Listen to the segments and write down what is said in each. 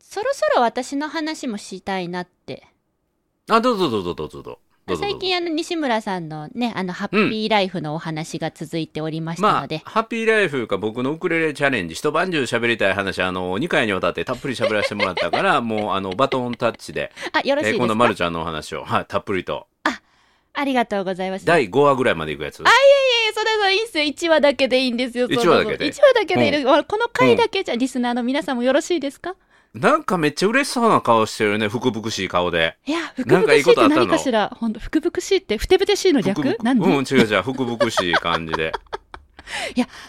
そろそろ私の話もしたいなって。あ、どうぞどうぞどうぞどうぞ。どうぞどうぞ最近あの西村さんのね、あのハッピーライフのお話が続いておりましたまのあで、、ハッピーライフか僕のウクレレチャレンジ、一晩中喋りたい話、あの、2回にわたってたっぷり喋らせてもらっ たから、もう、あの、バトンタッチで、あ、よろしいえです今か、度、まるちゃんのお話を、はい、たっぷりと、ありがとうございます。いやい第5話ぐらいまでいくやつ。や、それはいいっすよ。1話だけでいいんですよ。一そんなの話だけで一話だけでいいです。この回だけじゃ、リスナーの皆さんもよろしいですかなんかめっちゃ嬉しそうな顔してるね、福々しい顔で。いや、福なん々かいいしいこっとあてったの何かしらほんと、福々しいって、ふてぶてしいの福々略なんで、うん、違う違う、福々しい感じ で。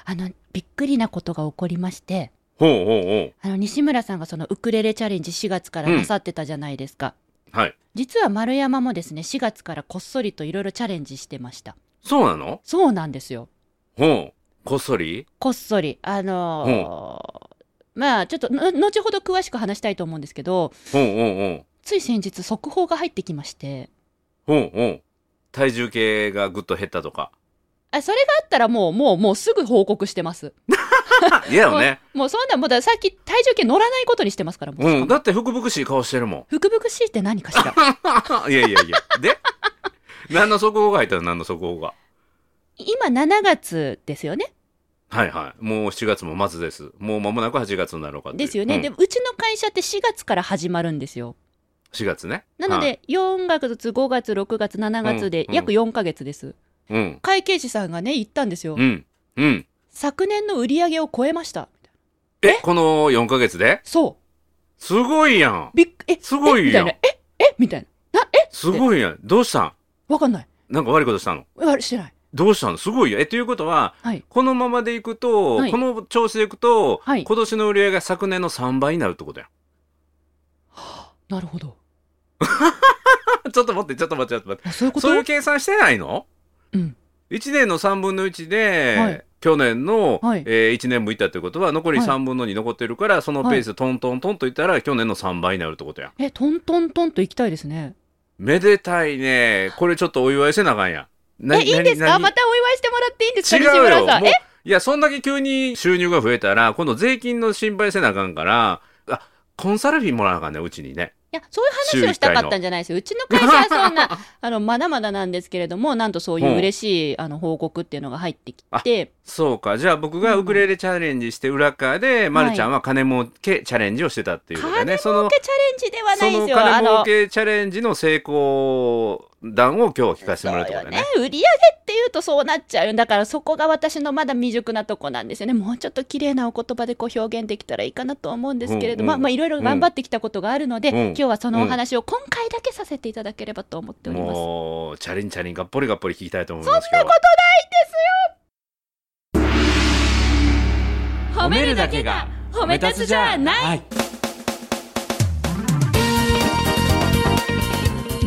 あの、びっくりなことが起こりまして、ほうほあの、西村さんがそのウクレレチャレンジ4月からなさってたじゃないですか。うほう。はい。実は丸山もですね、4月からこっそりといろいろチャレンジしてました。そうなのそうなんですよ。ほう。こっそりこっそり。あのーまあ、ちょっとの、後ほど詳しく話したいと思うんですけど、ほうほうほう。つい先日速報が入ってきまして、ほうほう。体重計がぐっと減った とか。あ、それがあったらもう、もう、もうすぐ報告してます。あ、嫌よね。もうそんな、もうだ、さっき体重計乗らないことにしてますから、もう。うん、だって福々しい顔してるもん。福々しいって何かしら いやいやいや。で何の速報が入ったの何の速報が。今7月ですよねはいはい。もう7月も末です。もう間もなく8月になろうかっていうですよね、うんでうちの会社って4月から始まるんですよ4月ね。なのはい、で4月5月6月7月でうん約4ヶ月です、うん。会計士さんがね言ったんですよ、うん。うん。昨年の売り上げを超えましたえこの4ヶ月でそすごいやんう。びっくえすごいやんえみたいなええみたいななえすごいやん。どうしたんわかんないなんか悪いことしたのえあれしてないどうしたのすごいよ。え、ということは、はいこのままでいくと、はいこの調子でいくと、はい今年の売り上げが昨年の3倍になるってことやん。 なるほどちょっと待って、ちょっと待って、ちょっと待って。あそういうことそういう計算してないのうん1年の3分の1で、はい去年の、はいえ1年もいったってことは残りはい3分の2残ってるから、そのペースでトントントンといったら去年の3倍になるってことやんえトントントンと行きたいですねめでたいねこれちょっとお祝いせなあかんやなえいいんですか何またお祝いしてもらっていいんですか違う西村よさんもうえいやそんだけ急に収入が増えたら今度税金の心配せなあかんからあコンサル費もらわなあかんねうちにねいや、そういう話をしたかったんじゃないですよ。うちの会社はそ んな、あの、まだまだなんですけれども、なんとそういう嬉しい、あの、報告っていうのが入ってきて、そうかじゃあ僕がウクレレチャレンジして裏側で、まるちゃんは金儲けチャレンジをしてたっていうことだねそのチャレンジではなそいでのすよ。あ金の儲、けチャレンジの成功談を今日は聞かせてもらうってことだね。売り上げっていうとそうなっちゃうんだから、そこが私のまだ未熟なとこなんですよね。もうちょっと綺麗なお言葉でこう表現できたらいいかなと思うんですけれども、うんうんまあ、いろいろ頑張ってきたことがあるので、うん今日はそのお話を今回だけさせていただければと思っております。もうチャリンチャリンがっぽりがっぽり聞きたいと思いますけど。褒い。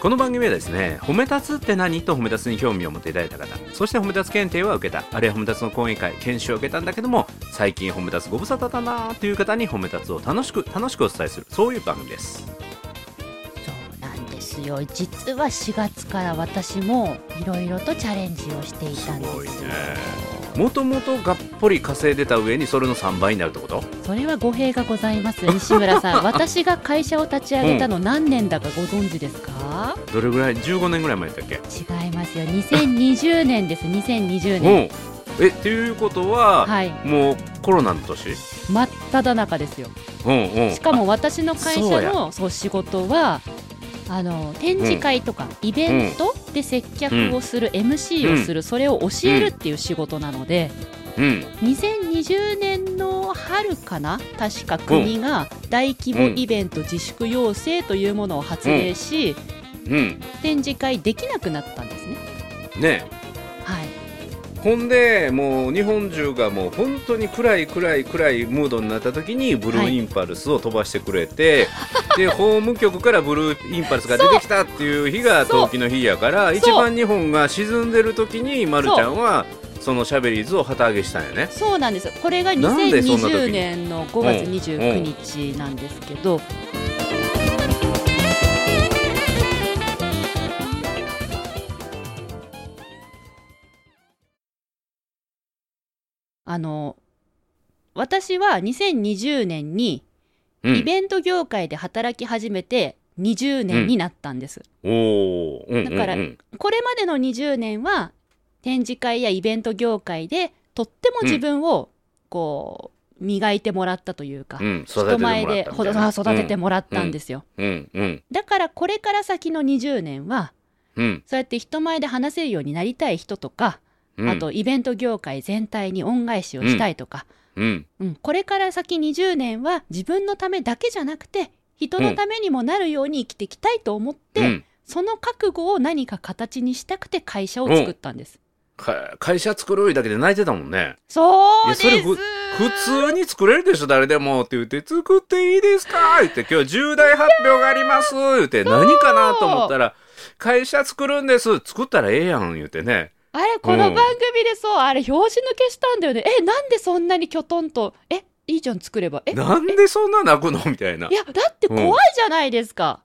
この番組はですね褒め立つって何と褒め立つに興味を持っていただいた方そして褒め立つ検定は受けたあるいは褒め立つの講演会研修を受けたんだけども最近褒め立つご無沙汰だなーという方に褒め立つを楽しく楽しくお伝えするそういう番組ですそうなんですよ実は4月から私もいろいろとチャレンジをしていたんですよすごいねもともとがっぽり稼いでた上にそれの3倍になるってことそれは語弊がございます西村 さん私が会社を立ち上げたの何年だかご存知ですか、どれぐらい15年ぐらい前だったっけ違いますよ2020年です2020うん年えっていうことは、はいもうコロナの年真っ只中ですようんうんしかも私の会社あのそう仕事はあの展示会とかイベントで接客をする、MC をするそれを教えるっていう仕事なのでうん2020年の春かな確か国が大規模イベント自粛要請というものを発令し、うん展示会できなくなったんですね。ねはい、ほんでもう日本中がもう本当に暗い暗い暗いムードになった時にブルーインパルスを飛ばしてくれて、で法務局からブルーインパルスが出てきたっていう日がそう陶器の日やからそう一番日本が沈んでる時にまるちゃんはそのシャベリーズを旗揚げしたんよね。そうなんですこれがなんでそんな時に2020年の5月29日なんですけど、あの私は2020年にうんイベント業界で働き始めて20年になったんです、おーうんだからうんうんこれまでの20年は展示会やイベント業界でとっても自分をこう磨いてもらったというか、うん、育て人てもら前でったみほたどいなあ育ててもらったんですよ、うんうんだからこれから先の20年はうんそうやって人前で話せるようになりたい人とか、うんあとイベント業界全体に恩返しをしたいとか、うんうん、これから先20年は自分のためだけじゃなくて人のためにもなるように生きていきたいと思って、うんその覚悟を何か形にしたくて会社を作ったんです。か会社作ろういうだけで泣いてたもんねそういでやすそれふ普通に作れるでしょ誰でもって言って作っていいですか言って今日重大発表があります言って何かなと思ったら会社作るんです作ったらええやん言ってねあれこの番組でそう、あれ表紙抜けしたんだよねえなんでそんなにきょとんとえいいじゃん作ればえなんでそんな泣くのみたいないやだって怖いじゃないですか、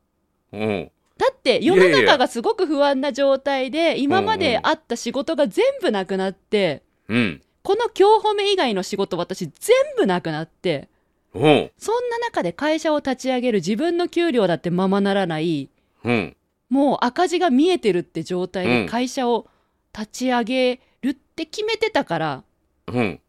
うんだって世の中がすごく不安な状態で今まうんうでんあった仕事が全部なくなってうんこの今日褒め以外の仕事私全部なくなってうんそんな中で会社を立ち上げる自分の給料だってままならないうんもう赤字が見えてるって状態うんで会社を立ち上げるって決めてたから、うん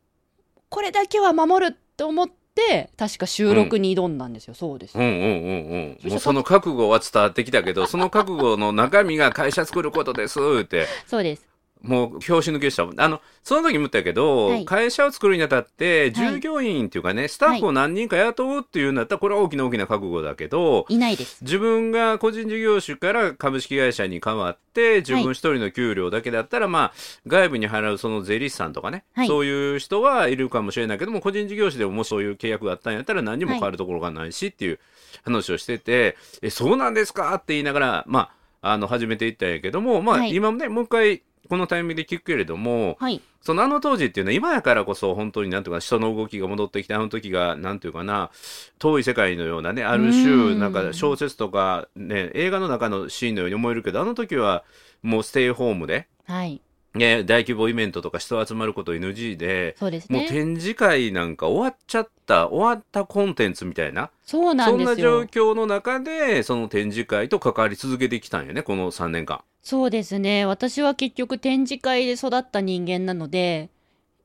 これだけは守ると思って確か収録に挑んだんですよ、そうですうんうんうんうんもうその覚悟は伝わってきたけどその覚悟の中身が会社作ることです言ってそうですもう表紙抜けしたもんあのその時も言ったけど、はい会社を作るにあたってはい従業員っていうかね、スタッフを何人か雇うっていうんだったらこれは大きな大きな覚悟だけどいないです自分が個人事業主から株式会社に変わって自分一人の給料だけだったら、まあ外部に払うその税理士さんとかね、はいそういう人はいるかもしれないけども個人事業主でももしそういう契約があったんやったら何にも変わるところがないしっていう話をしてて、えそうなんですかって言いながらまああの始めていったんやけどもまあ、はい今もねもう一回このタイミングで聞くけれどもはいそのあの当時っていうのは今やからこそ本当になんていうか人の動きが戻ってきてあの時がなんていうかな遠い世界のようなねあるう種んなんか小説とか、ね、映画の中のシーンのように思えるけどあの時はもうステイホームで、はいね、大規模イベントとか人集まること NG で。そうですもうね展示会なんか終わっちゃった終わったコンテンツみたいなそうなそんんでなす状よ況の中でその展示会と関わり続けてきたんよねこの3年間。そうですね私は結局展示会で育った人間なので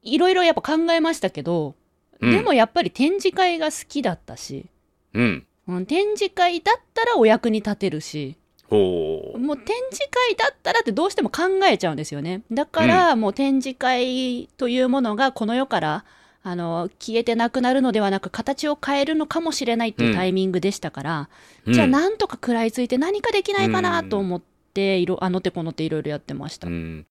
いろいろやっぱ考えましたけど、うんでもやっぱり展示会が好きだったし、うん、うん、展示会だったらお役に立てるしほうもう展示会だったらってどうしても考えちゃうんですよね。だからもう展示会というものがこの世からあの消えてなくなるのではなく形を変えるのかもしれないっていうタイミングでしたから、うんじゃあなんとか食らいついて何かできないかなと思って、いろあの手この手いろいろやってました。うん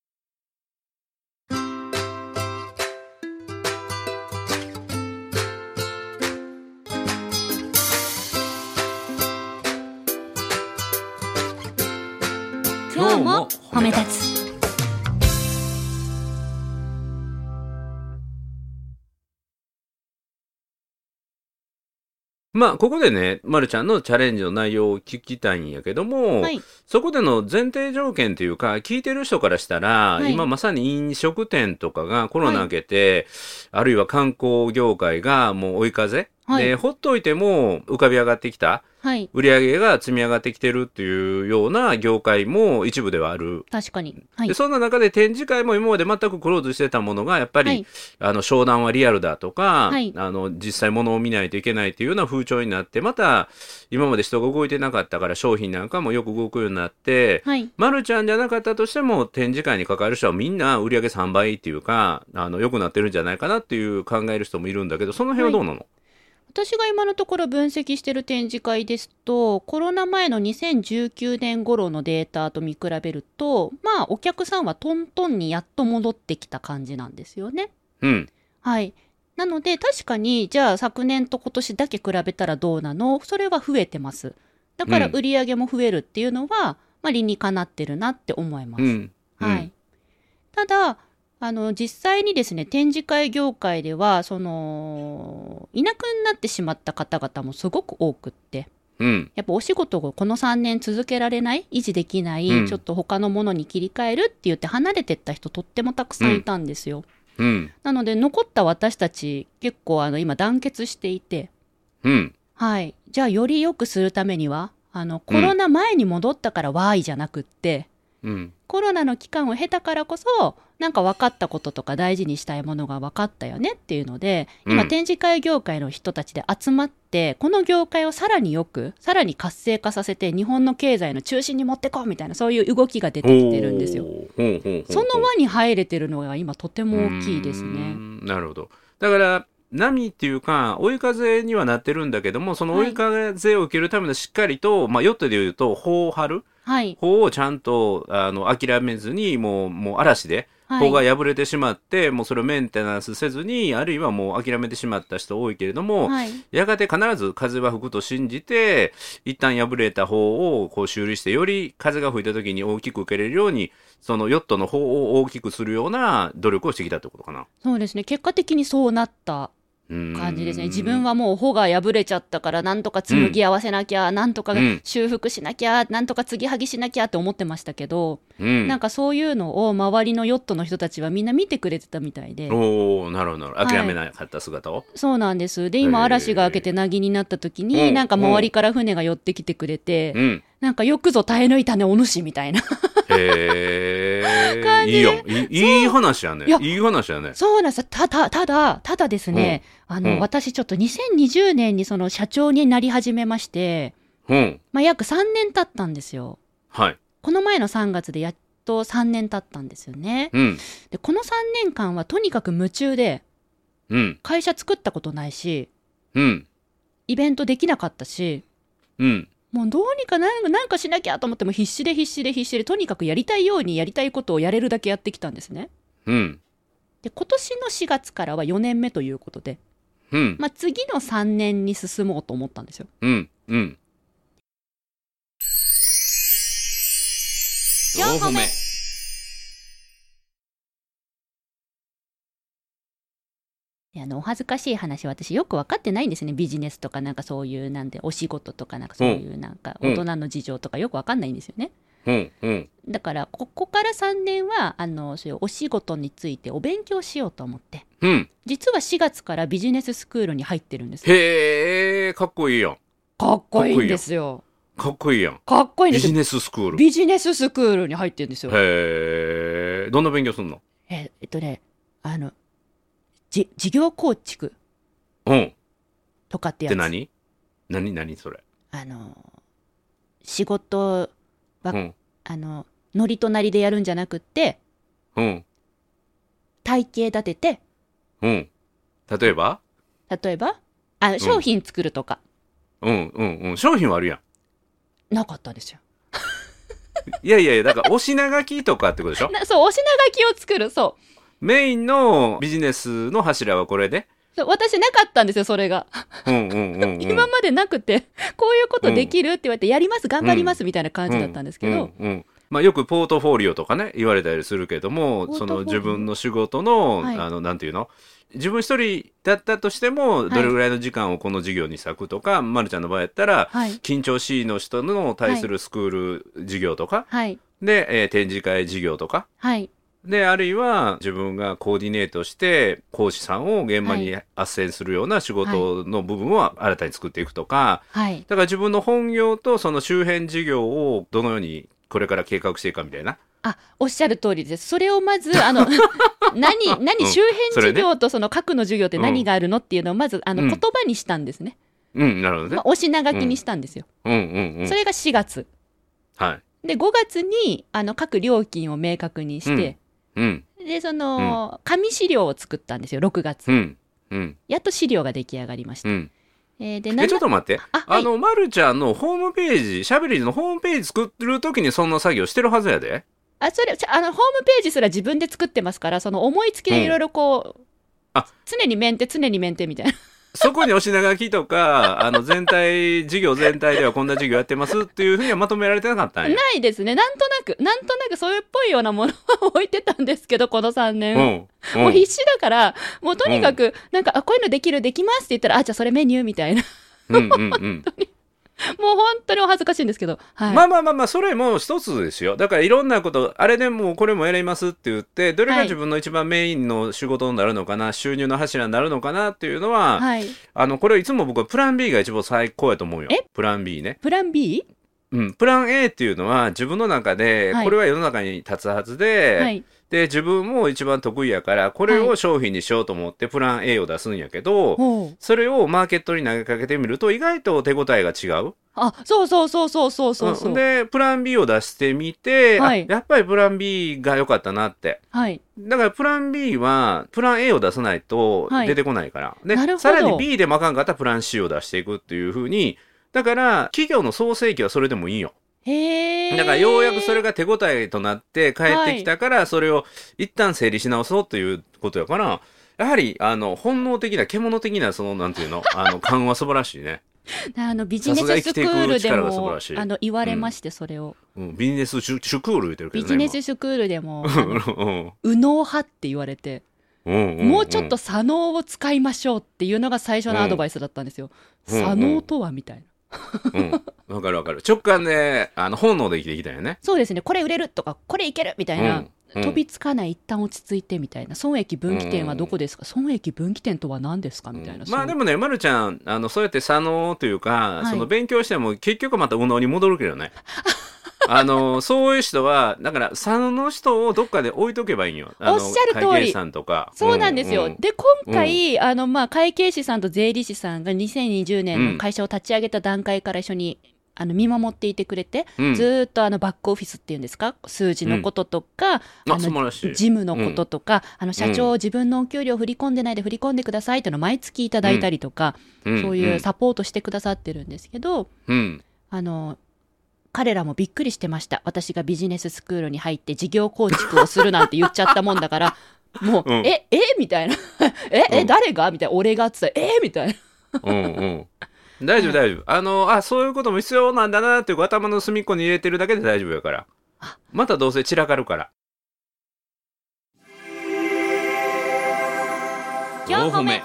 今日も褒め立つまあ、ここでね、ま、るちゃんのチャレンジの内容を聞きたいんやけども、はいそこでの前提条件というか、聞いてる人からしたら、はい今まさに飲食店とかがコロナ明けて、あるいは観光業界がもう追い風、はいで、ほっといても浮かび上がってきた、はい売り上げが積み上がってきてるっていうような業界も一部ではある確かにはいでそんな中で展示会も今まで全くクローズしてたものがやっぱり、はいあの商談はリアルだとか、はいあの実際物を見ないといけないというような風潮になってまた今まで人が動いてなかったから商品なんかもよく動くようになって、はいまるちゃんじゃなかったとしても展示会に関わる人はみんな売り上げ3倍っていうかあの良くなってるんじゃないかなっていう考える人もいるんだけどその辺はどうなの、私が今のところ分析してる展示会ですと、コロナ前の2019年頃のデータと見比べると、まあお客さんはトントンにやっと戻ってきた感じなんですよね。うん。はい。なので確かに、じゃあ昨年と今年だけ比べたらどうなのそれは増えてます。だからうん売り上げも増えるっていうのは、まあ理にかなってるなって思います。うん。はうんい。、ただあの実際にですね展示会業界ではそのいなくなってしまった方々もすごく多くってうん。やっぱお仕事をこの3年続けられない維持できない、うんちょっと他のものに切り替えるって言って離れてった人とってもたくさんいたんですよ、うん。なので残った私たち結構あの今団結していてうん。はいじゃあより良くするためにはあのコロナ前に戻ったからわーいじゃなくって、うん。コロナの期間を経たからこそなんか分かったこととか大事にしたいものが分かったよねっていうので今、うん展示会業界の人たちで集まってこの業界をさらによくさらに活性化させて日本の経済の中心に持ってこうみたいなそういう動きが出てきてるんですよ。ほうほうほうほうその輪に入れてるのが今とても大きいですうーね。んなるほど。だから波っていうか追い風にはなってるんだけどもその追い風を受けるためのしっかりと、まあヨットでいうと帆を張るはい、帆をちゃんとあの諦めずにもうもう嵐では帆いが破れてしまって、もうそれをメンテナンスせずにあるいはもう諦めてしまった人多いけれども、はいやがて必ず風は吹くと信じて一旦破れた方をこう修理してより風が吹いた時に大きく受けれるようにそのヨットの方を大きくするような努力をしてきたってことかな。そうですね結果的にそうなった感感じですね自分はもう帆が破れちゃったからなんとか紡ぎ合わせなきゃ、なんとかうん修復しなきゃ、なんとか継ぎはぎしなきゃって思ってましたけど、うんなんかそういうのを周りのヨットの人たちはみんな見てくれてたみたいで。おおなるほどなるほどはい諦めなかった姿を、そうなんです。で、へ今、ー嵐が明けてなぎになった時に、うんなんか周りから船が寄ってきてくれて、うんなんかよくぞ耐え抜いたね、お主みた いな。へえ感じいいよいいいい話やねいやいい話やねそうなんです。ただ、ただ、ただですね、あの、うん私ちょっと2020年にその社長になり始めまして、うんまあ、約3年経ったんですよ。はいこの前の3月でやっと3年経ったんですよね。うんで、この3年間はとにかく夢中で、うん会社作ったことないし、うんイベントできなかったし、うんもうどうにかなんかなんかしなきゃと思っても必死で必死で必死で、とにかくやりたいようにやりたいことをやれるだけやってきたんですね。うんで、今年の4月からは4年目ということで、うんまあ、次の3年に進もうと思ったんですよ。うんうん四歩目であの、お恥ずかしい話、私よく分かってないんですね。ビジネスとかなんかそういう、なんで、お仕事とかなんかそういうなんか、うん大人の事情とかよく分かんないんですよね。うんうんだから、ここから3年は、あの、そういうお仕事についてお勉強しようと思って、うん実は4月からビジネススクールに入ってるんです。へえかっこいいやんかっこいいんですよ。かっこいいやんかっこいいんビですジよ。ネススクールビジネススクールに入ってるんですよ。へえどんな勉強すんのええっとね、あの、じ、事業構築うんっとかってやつ。て何何何それあの、仕事、うわんあの、ノリとなりでやるんじゃなくって、うん体系立てて、うん例えば例えば、あ商品作るとか、うんうんうん商品はあるやんなかったんですよ。いやいやいや、だから、お品書きとかってことでしょなそう、お品書きを作る、そう。メインのビジネスの柱はこれで。そう私なかったんですよ、それが。うんうんうん、う ん。今までなくて、こういうことできるって言われて、やります、頑張ります、みたいな感じだったんですけど、うんうんうんまあ、よくポートフォリオとかね言われたりするけどもポートそフォリオの自分の仕事の,、はいあのなんていうの自分一人だったとしてもどれぐらいの時間をこの授業に割くとか、まるちゃんの場合やったら、はい緊張 C の人の対するスクール授業とか、はい、で、えー展示会授業とかはい、であるいは自分がコーディネートして講師さんを現場に斡旋するような仕事の部分を新たに作っていくとか、はい。だから自分の本業とその周辺事業をどのようにこれから計画していくかみたいな。あ、おっしゃる通りです。それをま ず、あの、何、何、周辺それ授ね業とその核の授業って何があるのっていうのをまず、あの、うん言葉にしたんですね。うん、なるほどねまあ、。お品書きにしたんですよ。うんうんうんそ。れが4月。はい。で、5月に、あの、各料金を明確にして、うんで、その、紙資料を作ったんですよ、6月。うんうんやっと資料が出来上がりましうた。んえーでなえんちょだっと待ってああ,、はいのまるちゃんのホームページしゃべりのホームページ作る時にそんな作業してるはずやであそれちゃあのホームページすら自分で作ってますからその思いつきでいろいろこう、あ常にメンテ常にメンテみたいなそこにお品書き とかあの全体事業全体ではこんな事業やってますっていうふうにはまとめられてなかったんやないですねなんとなくなんとなくそういうっぽいようなものは置いてたんですけどこの3う年、んうんもう必死だからもうとにかくなんか、あこういうのできるできますって言ったらあじゃあそれメニューみたいな うんうんうんもう本当にお恥ずかしいんですけどはい、まあまあまあまあそれも一つですよだからいろんなことあれでもこれもやりますって言ってどれが自分の一番メインの仕事になるのかな、収入の柱になるのかなっていうのは、はいあのこれいつも僕はプラン B が一番最高やと思うよえプラン B ね、プラン B? うん、プラン A っていうのは自分の中ではいこれは世の中に立つはずで、はいで自分も一番得意やからこれはを商品にしようと思ってプラン A を出すんやけど、ほうそれをマーケットに投げかけてみると意外と手応えが違うあそうそうそうそうそうそうそううんでプラン B を出してみて、あはいやっぱりプラン B が良かったなってはいだからプラン B はプラン A を出さないとはい出てこないから、なるほでどさらに B でまかんかったらプラン C を出していくっていうふうにだから企業の創世記はそれでもいいよへえだからようやくそれが手応えとなって帰ってきたからそれを一旦整理し直そうということやからやはりあの本能的な獣的なそのなんていうのあ の感は素晴らしいね、あのビジネススクールでさすが生きていく力が素晴もらしいあの言われまして、それをうん、ビジネスシュシュクール言ってるけビどジねネススクールでも今うん右脳派って言われて、うんうんもうちょっと左脳を使いましょうっていうのが最初のアドバイスだったんですよ、うんうん左脳とはみたいなうんわかるわかる直感であの本能で生きてきたよねそうですねこれ売れるとかこれいけるみたいな、うんうん飛びつかない一旦落ち着いてみたいな損益分岐点はどこですか、損益分岐点とは何ですかみたいな、まあでももね、ま、るちゃんあのそうやって左脳というか、はいその勉強しても結局また右脳に戻るけど ねあのそういう人はだから左脳の人をどっかで置いとけばいいんよあのおっしゃる通り会計士さんとかそうなんですよ、ううで今回、あのまあ、会計士さんと税理士さんが2020年の会社を立ち上げた段階から一緒にあの見守っていてくれて、うんずーっとあのバックオフィスっていうんですか数字のこととか、ああ素晴のらしい事務のこととか、あの社長、自分のお給料振り込んでないで振り込んでくださいっていうのを毎月いただいたりとか、そういうサポートしてくださってるんですけど、うんうんあの彼らもびっくりしてました私がビジネススクールに入って事業構築をするなんて言っちゃったもんだから もう、うんええみたいな ええ、うん誰がみたいな俺がって言ったらえみたいなうんうん大丈夫大丈夫あのあそういうことも必要なんだなっていう頭の隅っこに入れてるだけで大丈夫やからあまたどうせ散らかるから4歩目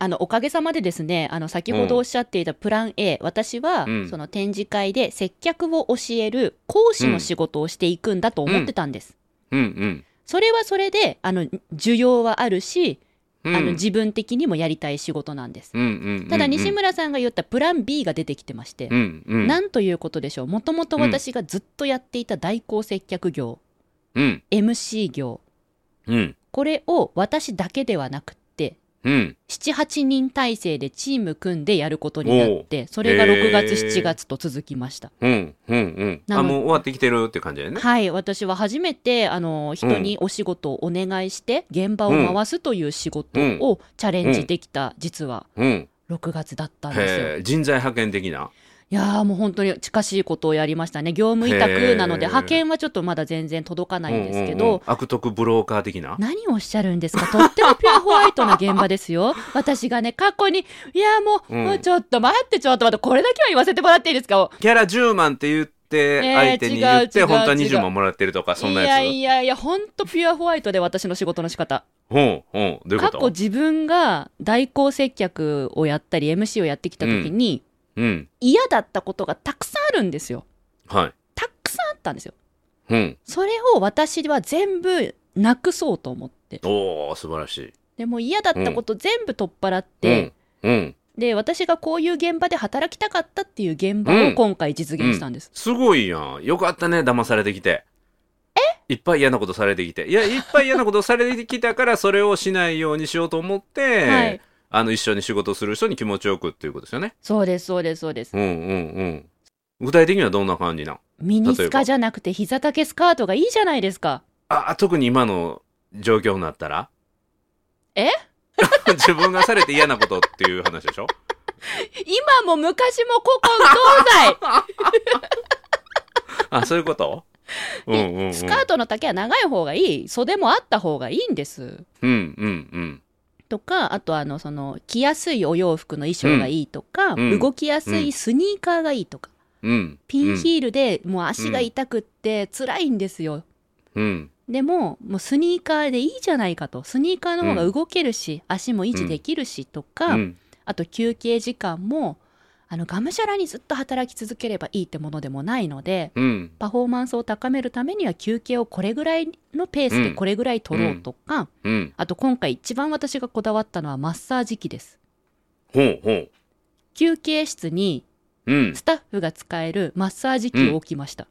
あのおかげさまでですねあの先ほどおっしゃっていたプラン A、私は、うんその展示会で接客を教える講師の仕事をしていくんだと思ってたんです、うんそれはそれであの需要はあるし、うんあの自分的にもやりたい仕事なんです、うんうんうんうんただ西村さんが言ったプラン B が出てきてまして、うんうんなんということでしょうもともと私がずっとやっていた代行接客業、うん MC 業うんこれを私だけではなくってうん78人体制でチーム組んでやることになってそれが6月へー7月と続きました、うんうんうん。なあ、のもう終わってきてるって感じだよね。はい私は初めてあの人にお仕事をお願いして現場を回すという仕事をチャレンジできた実はうん。 6月だったんですよへえ、人材派遣的な。いやーもう本当に近しいことをやりましたね、業務委託なので、へー派遣はちょっとまだ全然届かないんですけど、うんうんうん悪徳ブローカー的な。何をおっしゃるんですか、とってもピュアホワイトな現場です よ、私がね、過去に、いやーもう、うんもうちょっと待って、ちょっと待って、これだけは言わせてもらっていいですか、キャラ10万って言って、ねえ相手に言っ違う違て、う本当は違う20万もらってるとか、そんいなややつ。いやいや、本当ピュアホワイトで、私の仕事の仕方ほうほう、どういう過こ去と自分が代行接客をやったり、MC をやってきた時に、うん。嫌だったことがたくさんあるんですよ、はい。たくさんあったんですよ。うん。それを私は全部なくそうと思って。おー、素晴らしい。でもう嫌だったこと全部取っ払って、うん、うん。で、私がこういう現場で働きたかったっていう現場うをん今回実現したんです。すごいやん。よかったね、騙されてきて。えいっぱい嫌なことされてきて。いや、いっぱい嫌なことされてきたから、それをしないようにしようと思って、はいあの、一緒に仕事する人に気持ちよくっていうことですよね。そうです、そうです、そうです。うんうんうん。具体的にはどんな感じなんミニスカじゃなくて膝丈スカートがいいじゃないですか。あ、特に今の状況になったらえ 自分がされて嫌なことっていう話でしょ 今も昔も古今東あそういうことうんうんうん西スカートの丈は長い方がいい袖もあった方がいいんですうんうんうんとかあとあのその着やすいお洋服の衣装がいいとか、うんうん動きやすいスニーカーがいいとか、うんピンヒールでもう足が痛くって辛いんですよ、うんでももうスニーカーでいいじゃないかとスニーカーの方が動けるし、足も維持できるしとうか、んあと休憩時間もあのがむしゃらにずっと働き続ければいいってものでもないのでうんパフォーマンスを高めるためには休憩をこれぐらいのペースでこれぐらい取ろうとか、うんあと今回一番私がこだわったのはマッサージ機ですほうほう休憩室にうんスタッフが使えるマッサージ機を置きました、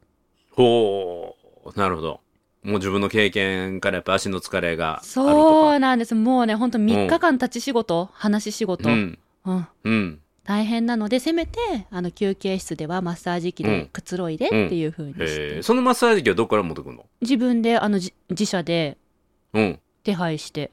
ほうなるほどもう自分の経験からやっぱ足の疲れがあるとかそうなんですもうねほんと3日間立ち仕事、話し仕事、うんうんうん大変なのでせめてあの休憩室ではマッサージ機うんでくつろいでっていう風にして、へえそのマッサージ機はどっから持ってくるの自分であのじ自社でうん手配して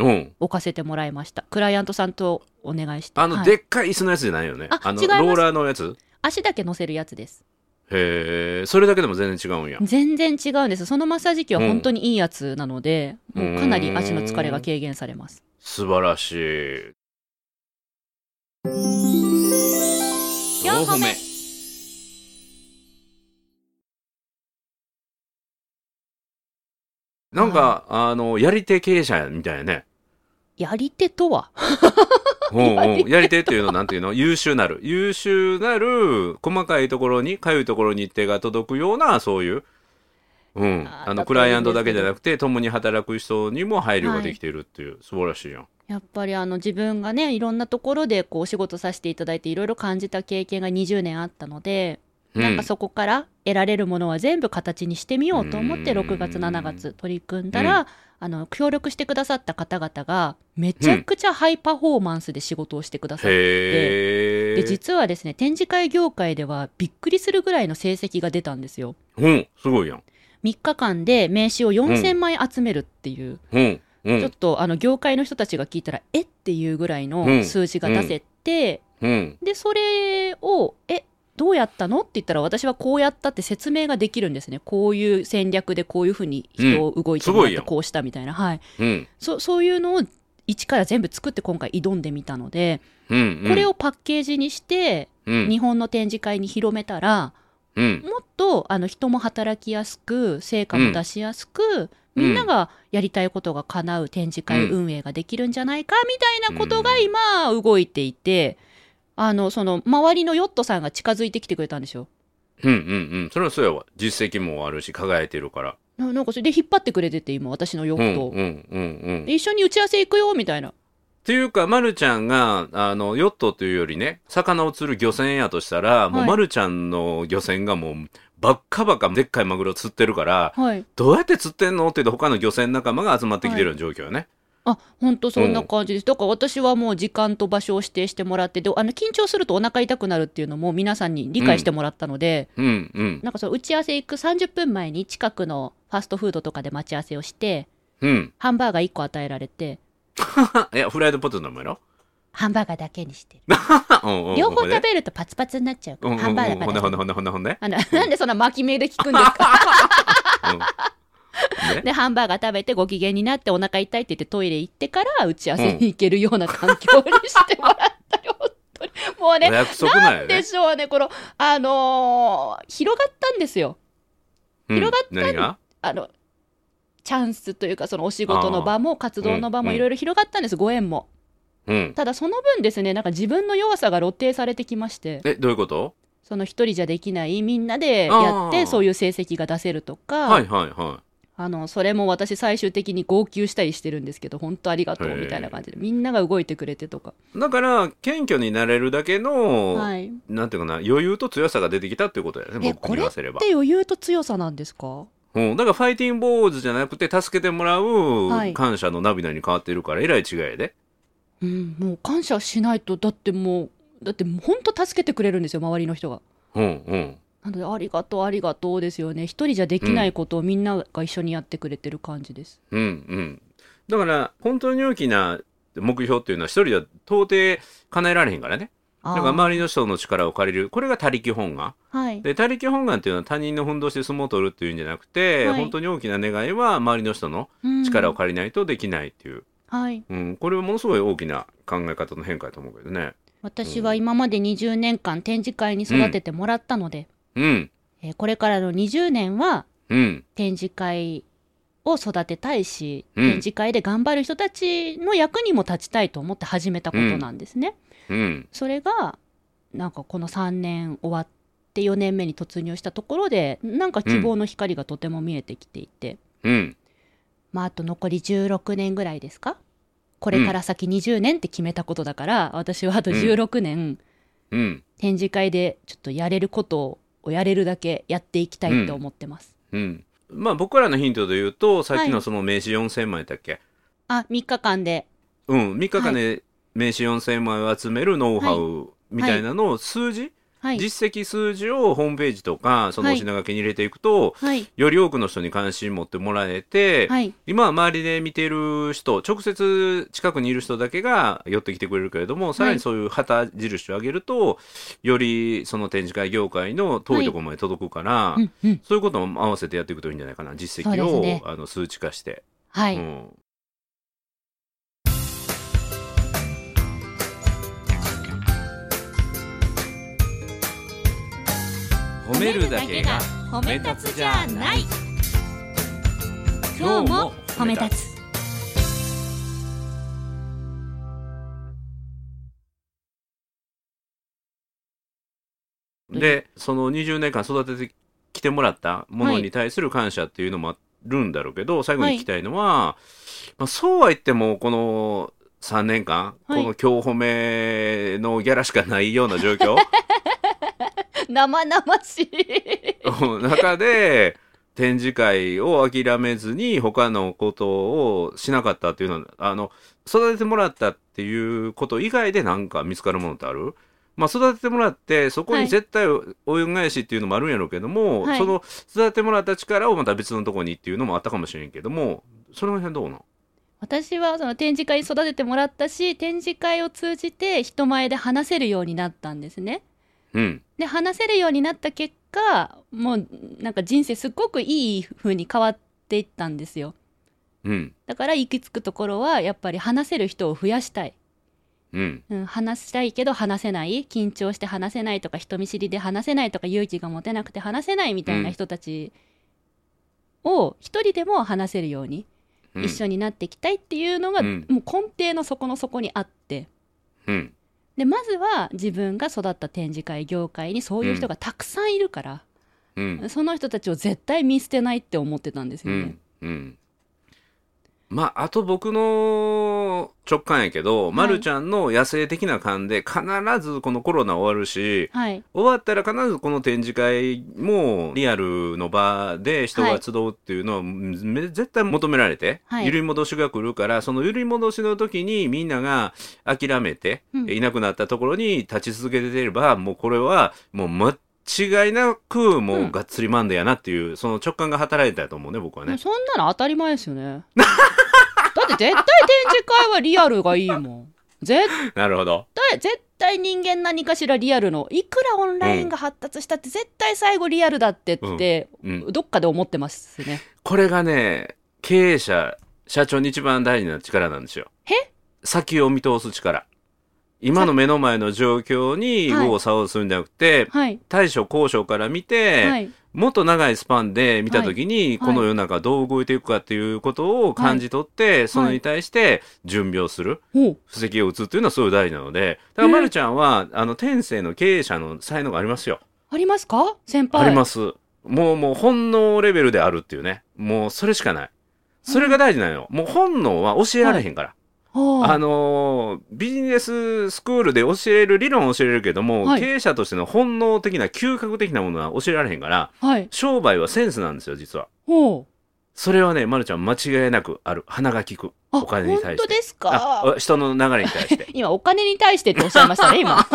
うん置かせてもらいましたクライアントさんとお願いしてあの、はいでっかい椅子のやつじゃないよねあの違いますローラーのやつ足だけ乗せるやつですへえそれだけでも全然違うんや全然違うんですそのマッサージ機は本当にいいやつなので、うんもうかなり足の疲れが軽減されます素晴らしい四歩目なんか、あの、やり手経営者みたいなね。やり手とはうんうん。やり手っていうのはなんていうの優秀なる。優秀なる、細かいところに、かゆいところに手が届くような、そういう。うん。あーあだの、といいんですけクどライアントだけじゃなくて、共に働く人にも配慮ができているっていう、素晴らしいやん。やっぱりあの自分がねいろんなところでこうお仕事させていただいていろいろ感じた経験が20年あったので、うんなんかそこから得られるものは全部形にしてみようと思ってうん6月7月取り組んだら、うあの協力してくださった方々がめちゃくちゃハイパフォーマンスで仕事をしてくださって、へえ。で実はですね展示会業界ではびっくりするぐらいの成績が出たんですようん、すごいやん。 3日間で名刺を4000枚集めるっていう、うん、うちょっん、とあの業界の人たちが聞いたらえっていうぐらいうんの数字が出せて、うん。でそれをえどうやったのって言ったら私はこうやったって説明ができるんですねこういう戦略でこういうふうに人を動いてもらっすごいてよこうしたみたいな、はい、うん、そそういうのを一から全部作って今回挑んでみたのでうん。これをパッケージにしてうん、日本の展示会に広めたらうん、もっとあの人も働きやすく成果も出しやすく、うんみんながやりたいことが叶う展示会運営ができるんじゃないかみたいなことが今動いていて、あのその周りのヨットさんが近づいてきてくれたんですよ。うん、うん、うん。それはそうやわ。実績もあるし、輝いてるから。ななんかそれで引っ張ってくれてて今私のヨうん、うッんトを、、うん、うん。一緒に打ち合わせ行くよみたいな。っていうか、まるちゃんが、あの、ヨットというよりね、魚を釣る漁船やとしたら、もうはいまるちゃんの漁船がもう、ばっかばっかでっかいマグロ釣ってるから、はい、どうやって釣ってんのって言って他の漁船仲間が集まってきてるような状況よね。あ本当そんな感じです、だから私はもう時間と場所を指定してもらってであの緊張するとお腹痛くなるっていうのも皆さんに理解してもらったので。うん、うん、なんかその打ち合わせ行く30分前に近くのファストフードとかで待ち合わせをして、うん。ハンバーガー1個与えられて、いや、フライドポテトのもやろハンバーガーだけにしてる。うんうん両方ほんで食べるとパツパツになっちゃうかうんうら、んハンバーガーほんでだほんけでほんでほんでほんで。あの、 なんでそんな巻き目で聞くんです か うんねで、ハンバーガー食べてご機嫌になってお腹痛いって言ってトイレ行ってから打ち合わせに行けるような環境にしてもらったよ、本当に。もうおね、約束なんやでね。しょうね、この、あのー広がったんですよ。うん広がったん何があの、チャンスというか、そのお仕事の場も活動の場うもんいろいろ広がったんです、ご縁も。うん。ただその分ですねなんか自分の弱さが露呈されてきましてえ、どういうことその一人じゃできないみんなでやっあーてそういう成績が出せるとか、はいはいはあのそれも私最終的に号泣したりしてるんですけど本当ありがとへうーみたいな感じでみんなが動いてくれてとか、い。だから、謙虚になれるだけの、はい、っなんていうかな、余裕と強さが出てきたっていうことだよね、え僕に言わせれば。て余裕と強さなんですかうん、だからファイティングボーイズじゃなくて助けてもらはうい感謝の涙に変わってるから、えらい違いやで。うんもう感謝しないとだってもうだってもう本当助けてくれるんですよ周りの人が。うんうん。なのでありがとうありがとうですよね一人じゃできないことをみんなが一緒にやってくれてる感じです、うんうん。だから、本当に大きな目標っていうのは一人では到底叶えられへんからね。あだあから周りの人の力を借りる。これが他力本願。はいで、他力本願っていうのは他人の奮闘して相撲を取るっていうんじゃなくて、はい本当に大きな願いは周りの人の力を借りないとできないっていう。うんはいうん、これはものすごい大きな考え方の変化だと思うけどね。私は今まで20年間展示会に育ててもらったので、うん、えーこれからの20年はうん、展示会を育てたいし、うん展示会で頑張る人たちの役にも立ちたいと思って始めたことなんですね。うん、それがなんかこの3年終わって4年目に突入したところでなんか希望の光がとても見えてきていて、うん。まああと残り16年ぐらいですかこれから先20年って決めたことだから、私はあと16年、うん展示会でちょっとやれることをやれるだけやっていきたいと思ってます。うん、まあ僕らのヒントで言うとさっきのその名刺4,000枚だっけ、あ3日間でうん3日間で名刺4,000枚を集めるノウハウみたいなのを数字、はい、実績数字をホームページとかそのはおい品書きに入れていくと、はい、より多くの人に関心持ってもらえて、はい、今は周りで見てる人直接近くにいる人だけが寄ってきてくれるけれどもさらにそういう旗印を上げるとよりその展示会業界の遠いところまで届くから、うんうん、そういうことも合わせてやっていくといいんじゃないかな実そう績ですを、ねあの数値化して、はい、うん、褒めるだけが褒め立つじゃない今日も褒め立つ。でその20年間育ててきてもらったものに対する感謝っていうのもあるんだろうけど、最後に聞きたいのは、まあ、そうは言ってもこの3年間、はいこの今日褒めのギャラしかないような状況生々しい。 の 中で展示会を諦めずに他のことをしなかったっていうのはあの育ててもらったっていうこと以外で何か見つかるものってあるまあ育ててもらってそこはにい絶対恩返しっていうのもあるんやろうけども、はいその育ててもらった力をまた別のとこにっていうのもあったかもしれんけどもその辺どうなん私はその展示会育ててもらったし、展示会を通じて人前で話せるようになったんですね。うんで、話せるようになった結果、もうなんか人生すっごくいい風に変わっていったんですよ。うんだから行き着くところはやっぱり話せる人を増やしたい。うんうん、話したいけど話せない緊張して話せないとか人見知りで話せないとか勇気が持てなくて話せないみたいな人たちを一人でも話せるようにうん一緒になっていきたいっていうのが、うんもう根底の底の底にあってうんでまずは自分が育った展示会業界にそういう人がたくさんいるから、うんその人たちを絶対見捨てないって思ってたんですうよね。んうんまあ、あと僕の直感やけど、まるちゃんの野生的な感で必ずこのコロナ終わるし、はい、終わったら必ずこの展示会もリアルの場で人が集うっていうのはうんめ絶対求められて、はい揺り戻しが来るからその揺り戻しの時にみんなが諦めて、うんいなくなったところに立ち続けてればもうこれはもう間違いなくもうがっつりマンデーやなっていう、その直感が働いたと思うね僕はもうね。そんなの当たり前ですよね。 だって絶対展示会はリアルがいいもん。絶なるほど。対、絶対人間何かしらリアルの。いくらオンラインが発達したって絶対最後リアルだってって、うん、どっかで思ってますね。これがね経営者社長に一番大事な力なんですよ。へ先を見通す力。今の目の前の状況にはい右往左往するんじゃなくて、はい。対処交渉から見て、はい。もっと長いスパンで見た時に、いこの世の中どう動いていくかっていうことを感じ取って、それに対して準備をする。おう布石を打つっていうのはすごい大事なので、だからまるちゃんは、あの、天性の経営者の才能がありますよ。ありますか先輩。。ありますす。もうもう本能レベルであるっていうね。もうそれしかない。それが大事なのよ。もう本能は教えられへんから。あはのービジネススクールで教える理論は教えれるけども、はい経営者としての本能的な嗅覚的なものは教えられへんから、あ、はい。商売はセンスなんですよ、実は。おうそれはね、まるちゃん間違いなくある。鼻が利く。あ、お金に対して本当ですあかお人の流れに対して 。今、お金に対してっておっしゃいましたね、今。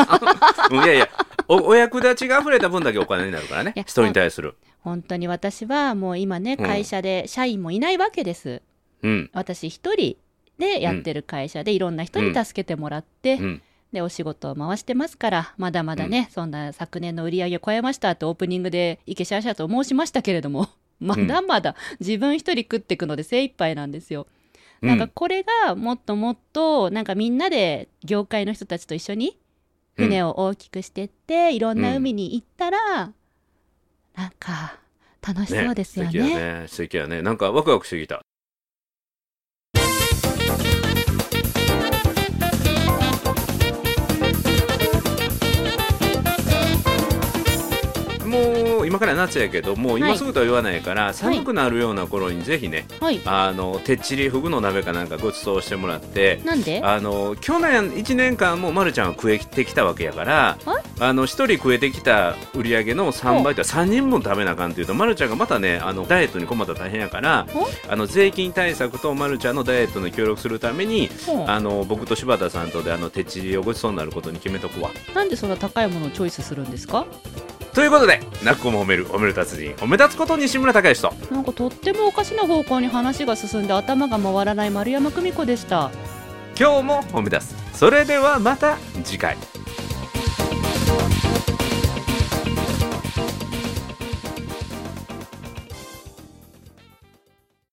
うんいやいや、おお役立ちが溢れた分だけお金になるからねいや人に対する本当に私はもう今ね、うん会社で社員もいないわけです。うん私一人でやってる会社でいろんな人に助けてもらって、うんで、お仕事を回してますから、まだまだね、そんな昨年の売り上げを超えましたってオープニングで池シャーシャーと申しましたけれども、まだまだ自分一人食っていくので精一杯なんですよ。うんなんかこれがもっともっと、なんかみんなで業界の人たちと一緒にうん船を大きくしてって、いろんなうん海に行ったら、なんか楽しそうですよね。素敵やね素敵やねなんかワクワクしてきたもう今から夏やけどもう今すぐとは言わないから、寒くなるような頃にぜひねはい。あのてっちりフグの鍋かなんかごちそうしてもらってなんであの去年1年間もまるちゃんは食えてきたわけやからあの1人食えてきた売り上げの3倍とは3人分食べなあかんっていうとまるちゃんがまたねあのダイエットに困ったら大変やからおあの税金対策とまるちゃんのダイエットに協力するためにほうあの僕と柴田さんとであの手ちりをごちそうになることに決めとくわ。なんでそんな高いものをチョイスするんですかということで「なっこも褒める褒める達人褒め立つこと西村隆之となんかとってもおかしな方向に話が進んで頭が回らない丸山久美子でした。今日も褒め出すそれではまた次回。